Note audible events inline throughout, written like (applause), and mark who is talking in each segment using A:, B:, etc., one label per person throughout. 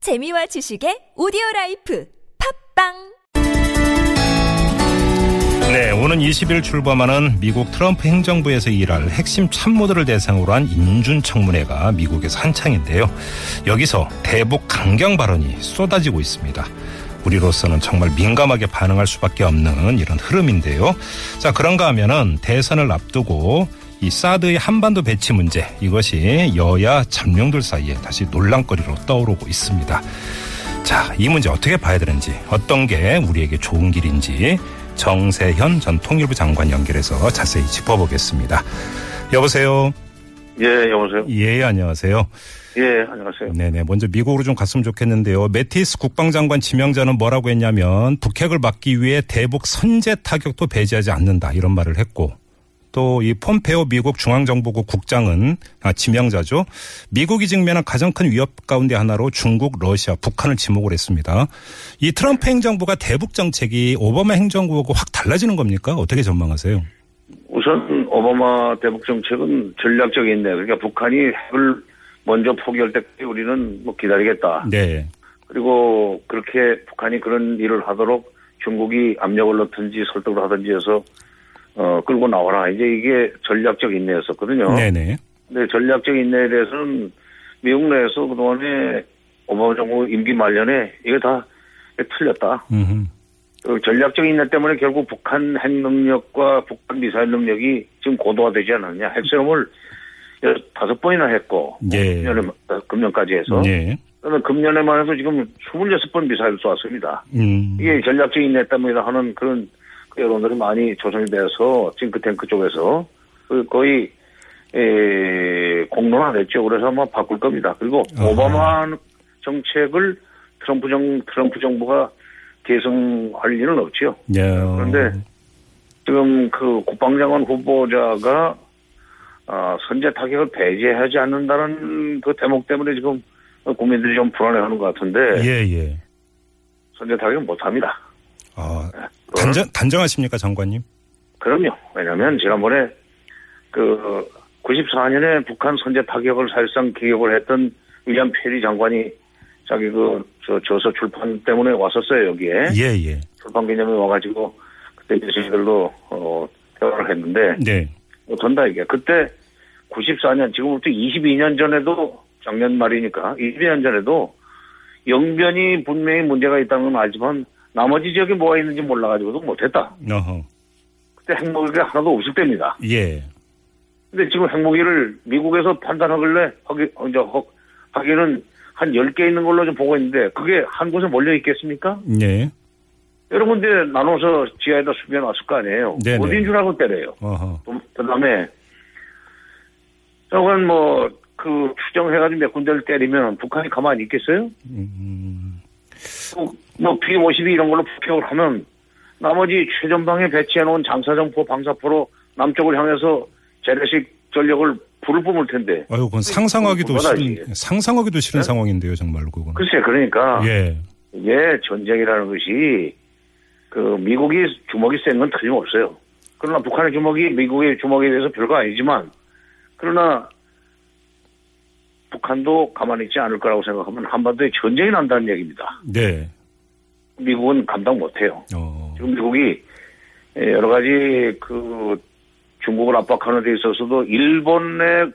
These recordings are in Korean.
A: 재미와 지식의 오디오 라이프 팝빵
B: 네, 오는 20일 출범하는 미국 트럼프 행정부에서 일할 핵심 참모들을 대상으로 한 인준청문회가 미국에서 한창인데요. 여기서 대북 강경 발언이 쏟아지고 있습니다. 우리로서는 정말 민감하게 반응할 수밖에 없는 이런 흐름인데요. 자, 그런가 하면은 대선을 앞두고 이 사드의 한반도 배치 문제 이것이 여야 잠룡들 사이에 다시 논란거리로 떠오르고 있습니다. 자, 이 문제 어떻게 봐야 되는지, 어떤 게 우리에게 좋은 길인지 정세현 전 통일부 장관 연결해서 자세히 짚어보겠습니다. 여보세요.
C: 예, 여보세요.
B: 예, 안녕하세요.
C: 예, 안녕하세요.
B: 네네. 먼저 미국으로 좀 갔으면 좋겠는데요. 매티스 국방장관 지명자는 뭐라고 했냐면 북핵을 막기 위해 대북 선제 타격도 배제하지 않는다 이런 말을 했고 또 이 폼페오 미국 중앙정보국 국장은 아, 지명자죠. 미국이 직면한 가장 큰 위협 가운데 하나로 중국, 러시아, 북한을 지목을 했습니다. 이 트럼프 행정부가 대북 정책이 오바마 행정부하고 확 달라지는 겁니까? 어떻게 전망하세요?
C: 우선 오바마 대북 정책은 전략적이네요. 그러니까 북한이 핵을 먼저 포기할 때까지 우리는 뭐 기다리겠다.
B: 네.
C: 그리고 그렇게 북한이 그런 일을 하도록 중국이 압력을 넣든지 설득을 하든지 해서 어, 끌고 나와라. 이제 이게 전략적 인내였었거든요.
B: 네네.
C: 근데 전략적 인내에 대해서는 미국 내에서 그동안에 오바마 정부 임기 말년에 이게 다 틀렸다.
B: 음.
C: 그 전략적 인내 때문에 결국 북한 핵 능력과 북한 미사일 능력이 지금 고도화되지 않았냐. 핵실험을 다섯 번이나 했고,
B: 예.
C: 금년에, 금년까지 해서.
B: 네.
C: 그러면 금년에만 해도 지금 26번 미사일 쏘았습니다.
B: 음.
C: 이게 전략적 인내 때문이다 하는 그런 그 여론들이 많이 조성이 돼서 싱크탱크 쪽에서 그 거의 에, 공론화됐죠. 그래서 아마 바꿀 겁니다. 그리고
B: 아하. 네.
C: 오바마 정책을 트럼프 정 트럼프 정부가 계승할 일은 없지요.
B: 야.
C: 그런데 지금 그 국방장관 후보자가 아, 선제 타격을 배제하지 않는다는 그 대목 때문에 지금 국민들이 좀 불안해하는 것 같은데
B: 예, 예.
C: 선제 타격은 못합니다.
B: 아, 단정, 단정하십니까, 장관님?
C: 그럼요. 왜냐하면 지난번에 그 94년에 북한 선제 타격을 사실상 기억을 했던 윌리엄 페리 장관이 자기 그 저, 저서 출판 때문에 왔었어요 여기에
B: 예, 예.
C: 출판 기념회 와가지고 그때 교수님들로 어, 대화를 했는데
B: 네.
C: 못한다 이게 그때 94년 지금부터 22년 전에도 작년 말이니까 22년 전에도 영변이 분명히 문제가 있다는 건 알지만 나머지 지역에 뭐가 있는지 몰라가지고도 못했다.
B: 어허.
C: 그때 핵무기가 하나도 없을 때입니다.
B: 예.
C: 근데 지금 핵무기를 미국에서 판단하길래 하기 어, 이제 허- 하기는 한 10개 있는 걸로 좀 보고 있는데 그게 한 곳에 몰려 있겠습니까?
B: 예.
C: 여러 군데 나눠서 지하에다 수비해 놨을 거 아니에요.
B: 네네.
C: 어딘 줄 알고 때려요.
B: 어허.
C: 또 그다음에 저건 뭐 그 추정해가지고 몇 군데를 때리면 북한이 가만히 있겠어요?
B: 음,
C: 또 뭐 B-52 이런 걸로 폭격을 하면 나머지 최전방에 배치해놓은 장사정포 방사포로 남쪽을 향해서 재래식 전력을 불을 뿜을 텐데
B: 아유, 그건 상상하기도
C: 그건
B: 싫은,
C: 알지.
B: 상상하기도 싫은
C: 네?
B: 상황인데요, 정말로 그건.
C: 글쎄, 그러니까
B: 예.
C: 이게 전쟁이라는 것이 그 미국이 주먹이 센 건 틀림없어요. 그러나 북한의 주먹이 미국의 주먹에 대해서 별거 아니지만 그러나 북한도 가만히 있지 않을 거라고 생각하면 한반도에 전쟁이 난다는 얘기입니다.
B: 네.
C: 미국은 감당 못해요.
B: 어.
C: 지금 미국이 예, 여러 가지 그 중국을 압박하는 데 있어서도 일본의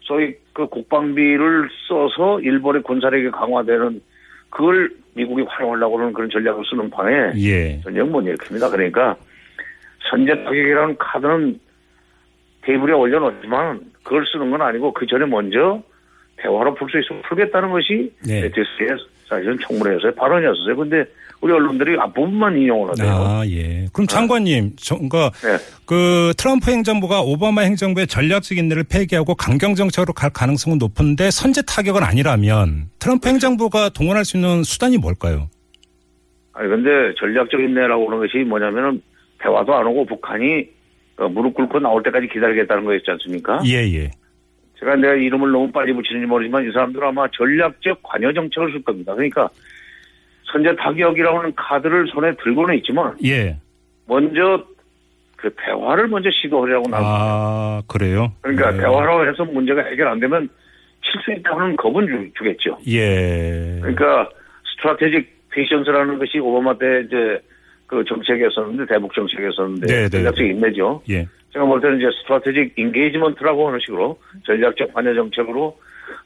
C: 소위 그 국방비를 써서 일본의 군사력이 강화되는 그걸 미국이 활용하려고 하는 그런 전략을 쓰는 판에
B: 예.
C: 전쟁 못 일으킵니다. 그러니까 선제 타격이라는 카드는 테이블에 올려놓지만 그걸 쓰는 건 아니고 그 전에 먼저 대화로 풀 수 있으면 풀겠다는 것이
B: 네.
C: 베티스의 사실은 청문회에서의 발언이었어요. 근데 우리 언론들이 앞부분만 인용을 하네요.
B: 아, 예. 그럼 장관님, 저, 그러니까
C: 네.
B: 그 트럼프 행정부가 오바마 행정부의 전략적 인내를 폐기하고 강경 정책으로 갈 가능성은 높은데 선제 타격은 아니라면 트럼프 행정부가 동원할 수 있는 수단이 뭘까요?
C: 아니 근데 전략적 인내라고 하는 것이 뭐냐면은 대화도 안 오고 북한이 어, 무릎 꿇고 나올 때까지 기다리겠다는 거였지 않습니까?
B: 예, 예.
C: 제가 내가 이름을 너무 빨리 붙이는지 모르지만 이 사람들은 아마 전략적 관여 정책을 쓸 겁니다. 그러니까 선제 타격이라고 하는 카드를 손에 들고는 있지만
B: 예.
C: 먼저 그 대화를 먼저 시도하려고 나는
B: 아, 그래요?
C: 그러니까
B: 네.
C: 대화로 해서 문제가 해결 안 되면 칠 수 있다는 겁은 주- 주겠죠.
B: 예.
C: 그러니까 스트라테직 페이션스라는 것이 오바마 때 이제 그 정책이었었는데 대북
B: 네, 네,
C: 정책이었었는데
B: 네.
C: 전략적 인내죠.
B: 예.
C: 제가 볼 때는 이제 스트라테직 인게이지먼트라고 하는 식으로 전략적 관여 정책으로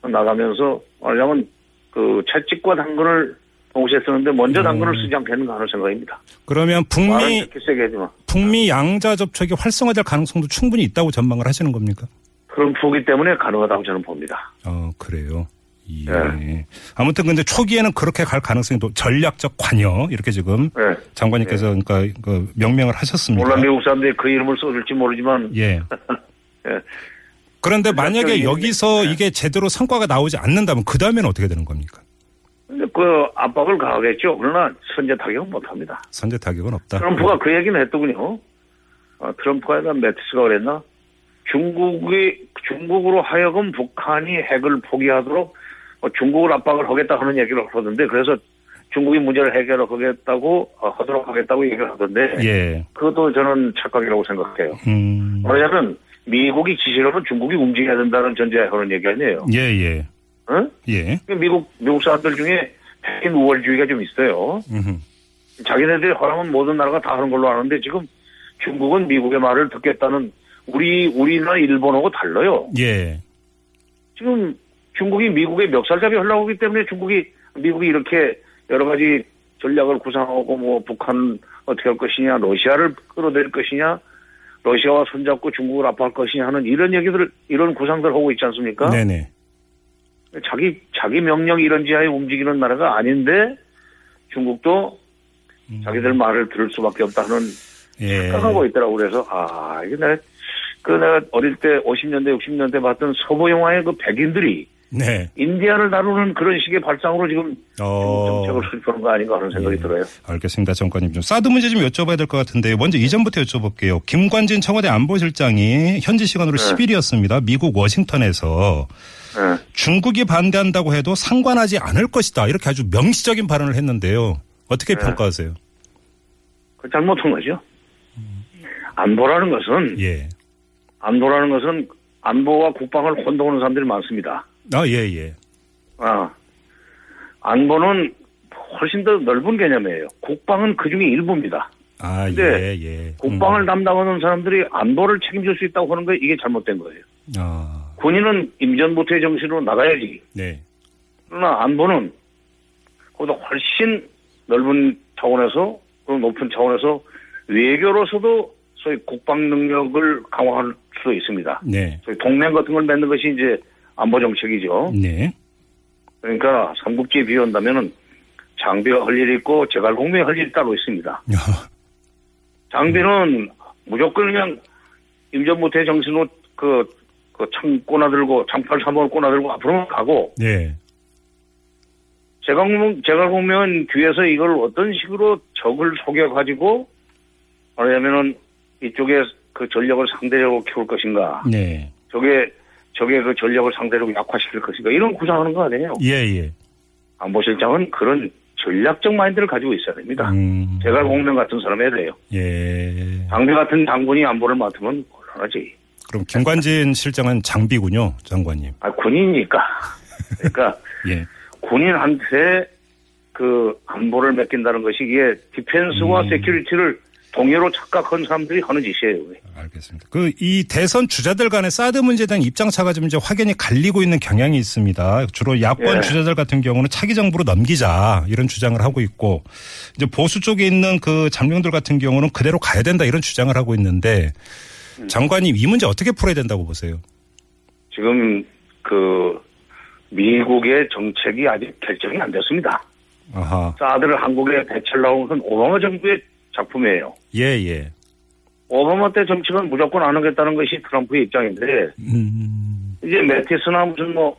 C: 나가면서 말하자면 그 채찍과 당근을 동시에 쓰는데 먼저
B: 음.
C: 당근을 쓰지 않겠는가 하는 생각입니다.
B: 그러면
C: 말은
B: 북미
C: 이렇게 세게 하지만
B: 북미 양자 접촉이 활성화될 가능성도 충분히 있다고 전망을 하시는 겁니까?
C: 그런 보기 때문에 가능하다고 저는 봅니다.
B: 어, 그래요. 예.
C: 네.
B: 아무튼 근데 초기에는 그렇게 갈 가능성이 또 전략적 관여 이렇게 지금
C: 예.
B: 장관님께서 그러니까 그 명명을 하셨습니다.
C: 물론 미국 사람들이 그 이름을 써줄지 모르지만 (laughs)
B: 예.
C: 예.
B: 그런데 만약에
C: 전략적인-
B: 여기서
C: 네.
B: 이게 제대로 성과가 나오지 않는다면 그 다음에는 어떻게 되는 겁니까?
C: 근데 그 압박을 가하겠죠. 그러나 선제 타격은 못합니다.
B: 선제 타격은 없다.
C: 트럼프가 그 얘기는 했더군요. 아, 트럼프가 아니라 매티스가 그랬나? 중국이 중국으로 하여금 북한이 핵을 포기하도록 어, 중국을 압박을 하겠다 하는 얘기를 하던데 그래서 중국이 문제를 해결하겠다고 어, 하도록 하겠다고 얘기를 하던데
B: 예.
C: 그것도 저는 착각이라고 생각해요.
B: 음.
C: 왜냐하면 미국이 지시를 하면 중국이 움직여야 된다는 전제에 하는 얘기 아니에요.
B: 예, 예.
C: 응?
B: 예.
C: 미국 미국 사람들 중에 핵인 우월주의가 좀 있어요.
B: 음흠.
C: 자기네들이 허락은 모든 나라가 다 하는 걸로 아는데 지금 중국은 미국의 말을 듣겠다는 우리 우리나 일본하고 달라요.
B: 예.
C: 지금 중국이 미국의 멱살잡이 하려고 하기 때문에 중국이 미국이 이렇게 여러 가지 전략을 구상하고 뭐 북한 어떻게 할 것이냐 러시아를 끌어낼 것이냐 러시아와 손잡고 중국을 압박할 것이냐 하는 이런 얘기들 이런 구상들 하고 있지 않습니까?
B: 네네.
C: 자기 자기 명령 이런 지하에 움직이는 나라가 아닌데 중국도 자기들 말을 들을 수밖에 없다는
B: 음. 예.
C: 생각하고 있더라고 그래서 아 이게 내가 그 내가 어릴 때 50년대 60년대 봤던 서부 영화의 그 백인들이
B: 네.
C: 인디안을 다루는 그런 식의 발상으로 지금
B: 어.
C: 정책을 수립하는 거 아닌가 하는 생각이
B: 예.
C: 들어요.
B: 알겠습니다. 정관님 좀 사드 문제 좀 여쭤봐야 될 것 같은데 먼저 이전부터 여쭤볼게요. 김관진 청와대 안보실장이 현지
C: 네.
B: 시간으로 10일이었습니다. 미국 워싱턴에서
C: 예.
B: 중국이 반대한다고 해도 상관하지 않을 것이다. 이렇게 아주 명시적인 발언을 했는데요.
C: 네.
B: 어떻게 평가하세요?
C: 그 잘못한 거죠. 안보라는 것은
B: 음. 예.
C: 안보라는 것은 안보와 국방을 혼동하는 사람들이 많습니다.
B: 아, 예, 예.
C: 아 안보는 훨씬 더 넓은 개념이에요. 국방은 그 중에 일부입니다.
B: 아, 예,
C: 네.
B: 예.
C: 국방을
B: 음.
C: 담당하는 사람들이 안보를 책임질 수 있다고 하는 거 이게 잘못된 거예요.
B: 아,
C: 군인은 임전부터의 정신으로 나가야지.
B: 네.
C: 그러나 안보는 그보다 훨씬 넓은 차원에서 그리고 높은 차원에서 외교로서도 소위 국방 능력을 강화할 수도 있습니다.
B: 네.
C: 소위 동맹 같은 걸 맺는 것이 이제 안보 정책이죠.
B: 네. (laughs)
C: 그러니까 삼국지에 비유한다면은 장비가 할 일이 있고 제갈공명이 할 일이 따로 있습니다. 장비는 무조건 그냥 임전부터의 정신으로 그, 그창 꼬나들고 장팔 삼번 꼬나들고 앞으로만 가고
B: 네.
C: 제가 보면, 제가 보면 뒤에서 이걸 어떤 식으로 적을 속여가지고 말하자면은 이쪽에 그 전력을 상대적으로 키울 것인가,
B: 네.
C: 저게 저게 그 전력을 상대로 약화시킬 것인가 이런 구상하는 거 아니에요?
B: 예, 예.
C: 안보실장은 그런 전략적 마인드를 가지고 있어야 됩니다.
B: 음.
C: 그러니까 제가 공명 같은 사람이 해야 돼요.
B: 예.
C: 장비 같은 장군이 안보를 맡으면 곤란하지.
B: 그럼 김관진 실장은 장비군요, 장관님.
C: 아 군인이니까. 그러니까
B: 예.
C: 군인한테 그 안보를 맡긴다는 것이 이게 디펜스와 세큐리티를 동의로 착각한 사람들이 하는 짓이에요.
B: 알겠습니다. 그 이 대선 주자들 간의 사드 문제에 대한 입장 차가 좀 이제 확연히 갈리고 있는 경향이 있습니다. 주로 야권
C: 예.
B: 주자들 같은 경우는 차기 정부로 넘기자 이런 주장을 하고 있고 이제 보수 쪽에 있는 그 잠룡들 같은 경우는 그대로 가야 된다 이런 주장을 하고 있는데
C: 음.
B: 장관님 이 문제 어떻게 풀어야 된다고 보세요?
C: 지금 그 미국의 정책이 아직 결정이 안 됐습니다.
B: 아하.
C: 사드를 한국에 배치하려고 한 오바마 정부의 작품이에요.
B: 예, 예.
C: 오바마 때 정책은 무조건 안 하겠다는 것이 트럼프의 입장인데
B: 음.
C: 이제 매티스나 무슨 뭐,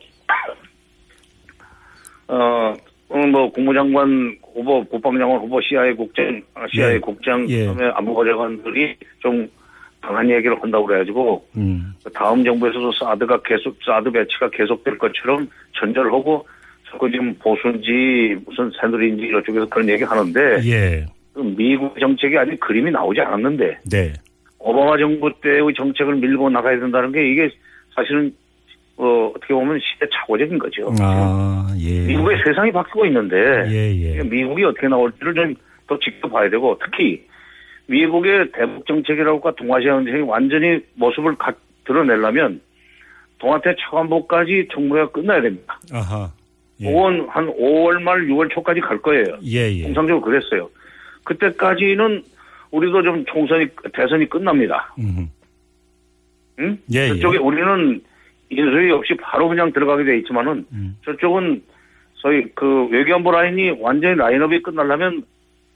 C: 어, 음, 뭐, 국무장관 후보, 국방장관 후보, CIA 국장, 아, CIA
B: 예.
C: 국장,
B: 예.
C: 그다음에 안보과장관들이 좀 강한 얘기를 한다고 그래가지고,
B: 음.
C: 다음 정부에서도 사드가 계속, 사드 배치가 계속될 것처럼 전제를 하고, 자꾸 지금 보수인지 무슨 새누리인지 이런 쪽에서 그런 얘기 하는데, 그
B: 예.
C: 미국 정책이 아직 그림이 나오지 않았는데,
B: 네.
C: 오바마 정부 때의 정책을 밀고 나가야 된다는 게 이게 사실은 어, 어떻게 보면 시대착오적인 거죠.
B: 아, 예.
C: 어, 미국의 세상이 바뀌고 있는데
B: 예, 예.
C: 미국이 어떻게 나올지를 좀 더 지켜봐야 되고 특히 미국의 대북 정책이라고가 동아시아 정책이 완전히 모습을 가- 드러내려면 동아태 차관보까지 정부가 끝나야 됩니다.
B: 아하. 예.
C: 5월 한 5월 말 6월 초까지 갈 거예요.
B: 예, 예.
C: 통상적으로 그랬어요. 그때까지는 우리도 좀 총선이 대선이 끝납니다.
B: 음.
C: 응?
B: 예,
C: 저쪽에 우리는 인수위 없이 바로 그냥 들어가게 돼 있지만은
B: 음.
C: 저쪽은 소위 그 외교안보 라인이 완전히 라인업이 끝나려면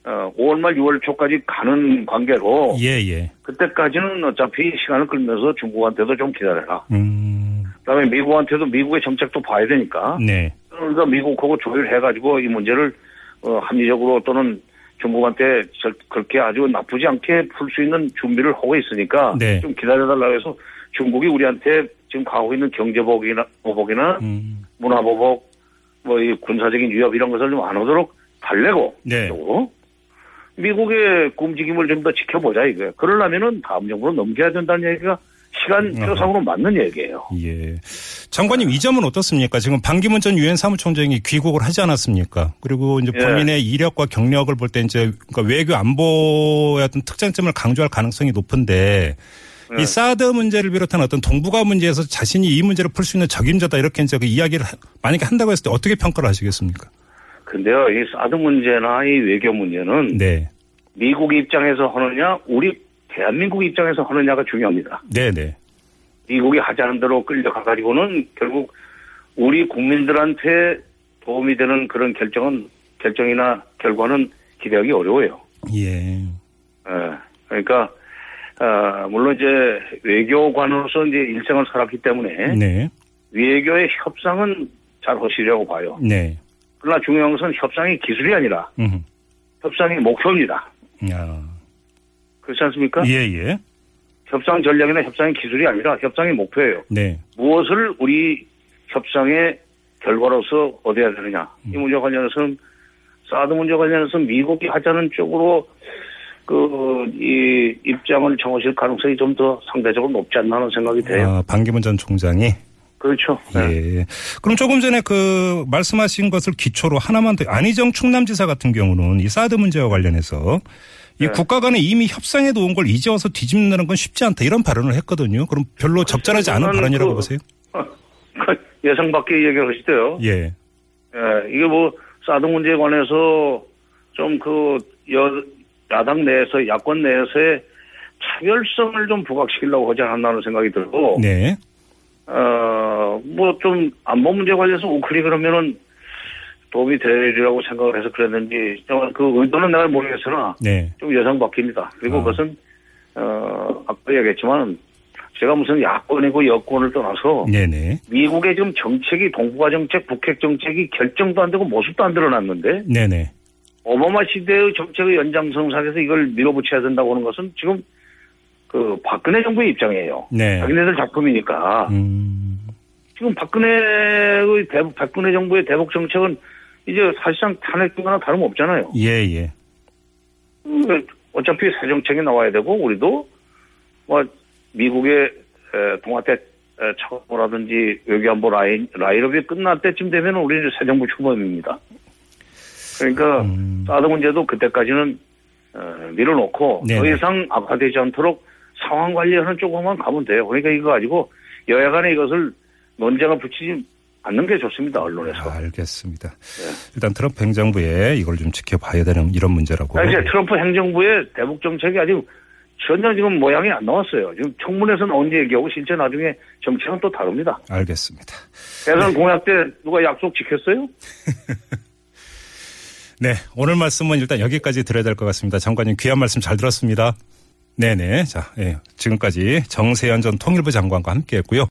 C: 어, 5월 말 6월 초까지 가는 관계로
B: 예, 예.
C: 그때까지는 어차피 시간을 끌면서 중국한테도 좀 기다려라.
B: 음.
C: 그다음에 미국한테도 미국의 정책도 봐야 되니까
B: 네.
C: 그러니까 미국하고 조율해가지고 이 문제를 어, 합리적으로 또는 중국한테 절- 그렇게 아주 나쁘지 않게 풀 수 있는 준비를 하고 있으니까
B: 네.
C: 좀 기다려달라고 해서 중국이 우리한테 지금 가고 있는 경제보복이나 보복이나
B: 음.
C: 문화보복, 뭐 이 군사적인 위협 이런 것을 좀 안 오도록 달래고
B: 네.
C: 그리고 미국의 움직임을 좀 더 지켜보자 이거예요. 그러려면은 다음 정부로 넘겨야 된다는 얘기가 시간표상으로 맞는 얘기예요.
B: 예. 장관님 이 점은 어떻습니까? 지금 반기문 전 유엔 사무총장이 귀국을 하지 않았습니까? 그리고 이제
C: 예.
B: 본인의 이력과 경력을 볼 때 이제 그러니까 외교 안보의 어떤 특장점을 강조할 가능성이 높은데 이 사드 문제를 비롯한 어떤 동북아 문제에서 자신이 이 문제를 풀 수 있는 적임자다 이렇게 이제 그 이야기를 하- 만약에 한다고 했을 때 어떻게 평가를 하시겠습니까?
C: 근데요, 이 사드 문제나 이 외교 문제는
B: 네.
C: 미국 입장에서 하느냐, 우리 대한민국 입장에서 하느냐가 중요합니다.
B: 네, 네.
C: 미국이 하자는 대로 끌려가가지고는 결국 우리 국민들한테 도움이 되는 그런 결정은 결정이나 결과는 기대하기 어려워요.
B: 예.
C: 예. 그러니까 어, 물론 이제 외교관으로서 이제 일생을 살았기 때문에
B: 네.
C: 외교의 협상은 잘 하시려고 봐요.
B: 네.
C: 그러나 중요한 것은 협상이 기술이 아니라
B: 음.
C: 협상이 목표입니다.
B: 아.
C: 그렇지 않습니까?
B: 예, 예.
C: 협상 전략이나 협상의 기술이 아니라 협상이 목표예요.
B: 네.
C: 무엇을 우리 협상의 결과로서 얻어야 되느냐. 이 문제 와 관련해서는 사드 문제 와 관련해서 미국이 하자는 쪽으로 그 이 입장을 정하실 가능성이 좀 더 상대적으로 높지 않나 하는 생각이 돼요.
B: 아, 반기문 전 총장이
C: 그렇죠. 네. (laughs)
B: 예. 그럼 조금 전에 그 말씀하신 것을 기초로 하나만 더 안희정 충남지사 같은 경우는 이 사드 문제와 관련해서 이
C: 네.
B: 국가 간에 이미 협상에 도온 걸 이제 와서 뒤집는다는 건 쉽지 않다 이런 발언을 했거든요. 그럼 별로 적절하지 않은
C: 저는
B: 발언이라고
C: 그-
B: 보세요?
C: 그 예상 밖의 얘기를 하시대요.
B: 예.
C: 예, 이게 뭐 사드 문제에 관해서 좀 그 야당 내에서 야권 내에서의 차별성을 좀 부각시키려고 하지 않았나는 생각이 들고
B: 네.
C: 어, 뭐, 좀, 안보 문제 관련해서 우클이 그러면은 도움이 되리라고 생각을 해서 그랬는지, 정말 그 의도는 내가 모르겠으나,
B: 네.
C: 좀 예상 바뀝니다. 그리고
B: 아.
C: 그것은, 어, 아까 얘기했지만, 제가 무슨 야권이고 여권을 떠나서,
B: 음. 네네.
C: 미국의 지금 정책이, 동북아 정책, 북핵 정책이 결정도 안 되고 모습도 안 드러났는데,
B: 네네.
C: 오바마 시대의 정책의 연장성상에서 이걸 밀어붙여야 된다고 하는 것은 지금, 그, 박근혜 정부의 입장이에요.
B: 네.
C: 자기네들 작품이니까.
B: 음.
C: 지금 박근혜의 대북, 박근혜 정부의 대북 정책은 이제 사실상 탄핵 증거나 다름없잖아요.
B: 예, 예.
C: 음, 어차피 새 정책이 나와야 되고 우리도 뭐 미국의 에, 동아태 차고라든지 외교안보 라인 라인업이 끝날 때쯤 되면 우리는 이제 새 정부 출범입니다. 그러니까
B: 음.
C: 사드 문제도 그때까지는 어, 밀어놓고
B: 네네.
C: 더 이상 악화되지 않도록 상황 관리하는 쪽으로만 가면 돼요. 그러니까 이거 가지고 여야간에 이것을 논쟁을 붙이지 않는 게 좋습니다 언론에서. 네.
B: 아, 알겠습니다. 일단 트럼프 행정부에 이걸 좀 지켜봐야 되는 이런 문제라고.
C: 아, 이제 트럼프 행정부의 대북 정책이 아직 전혀 지금 모양이 안 나왔어요. 지금 청문회에서는 언제 얘기하고 실제 나중에 정책은 또 다릅니다.
B: 알겠습니다.
C: 대선 공약 때 누가 약속 지켰어요?
B: 네, 오늘 말씀은 일단 여기까지 드려야 될 것 같습니다. 장관님 귀한 말씀 잘 들었습니다. 네네. 자, 예. 지금까지 정세현 전 통일부 장관과 함께 했고요.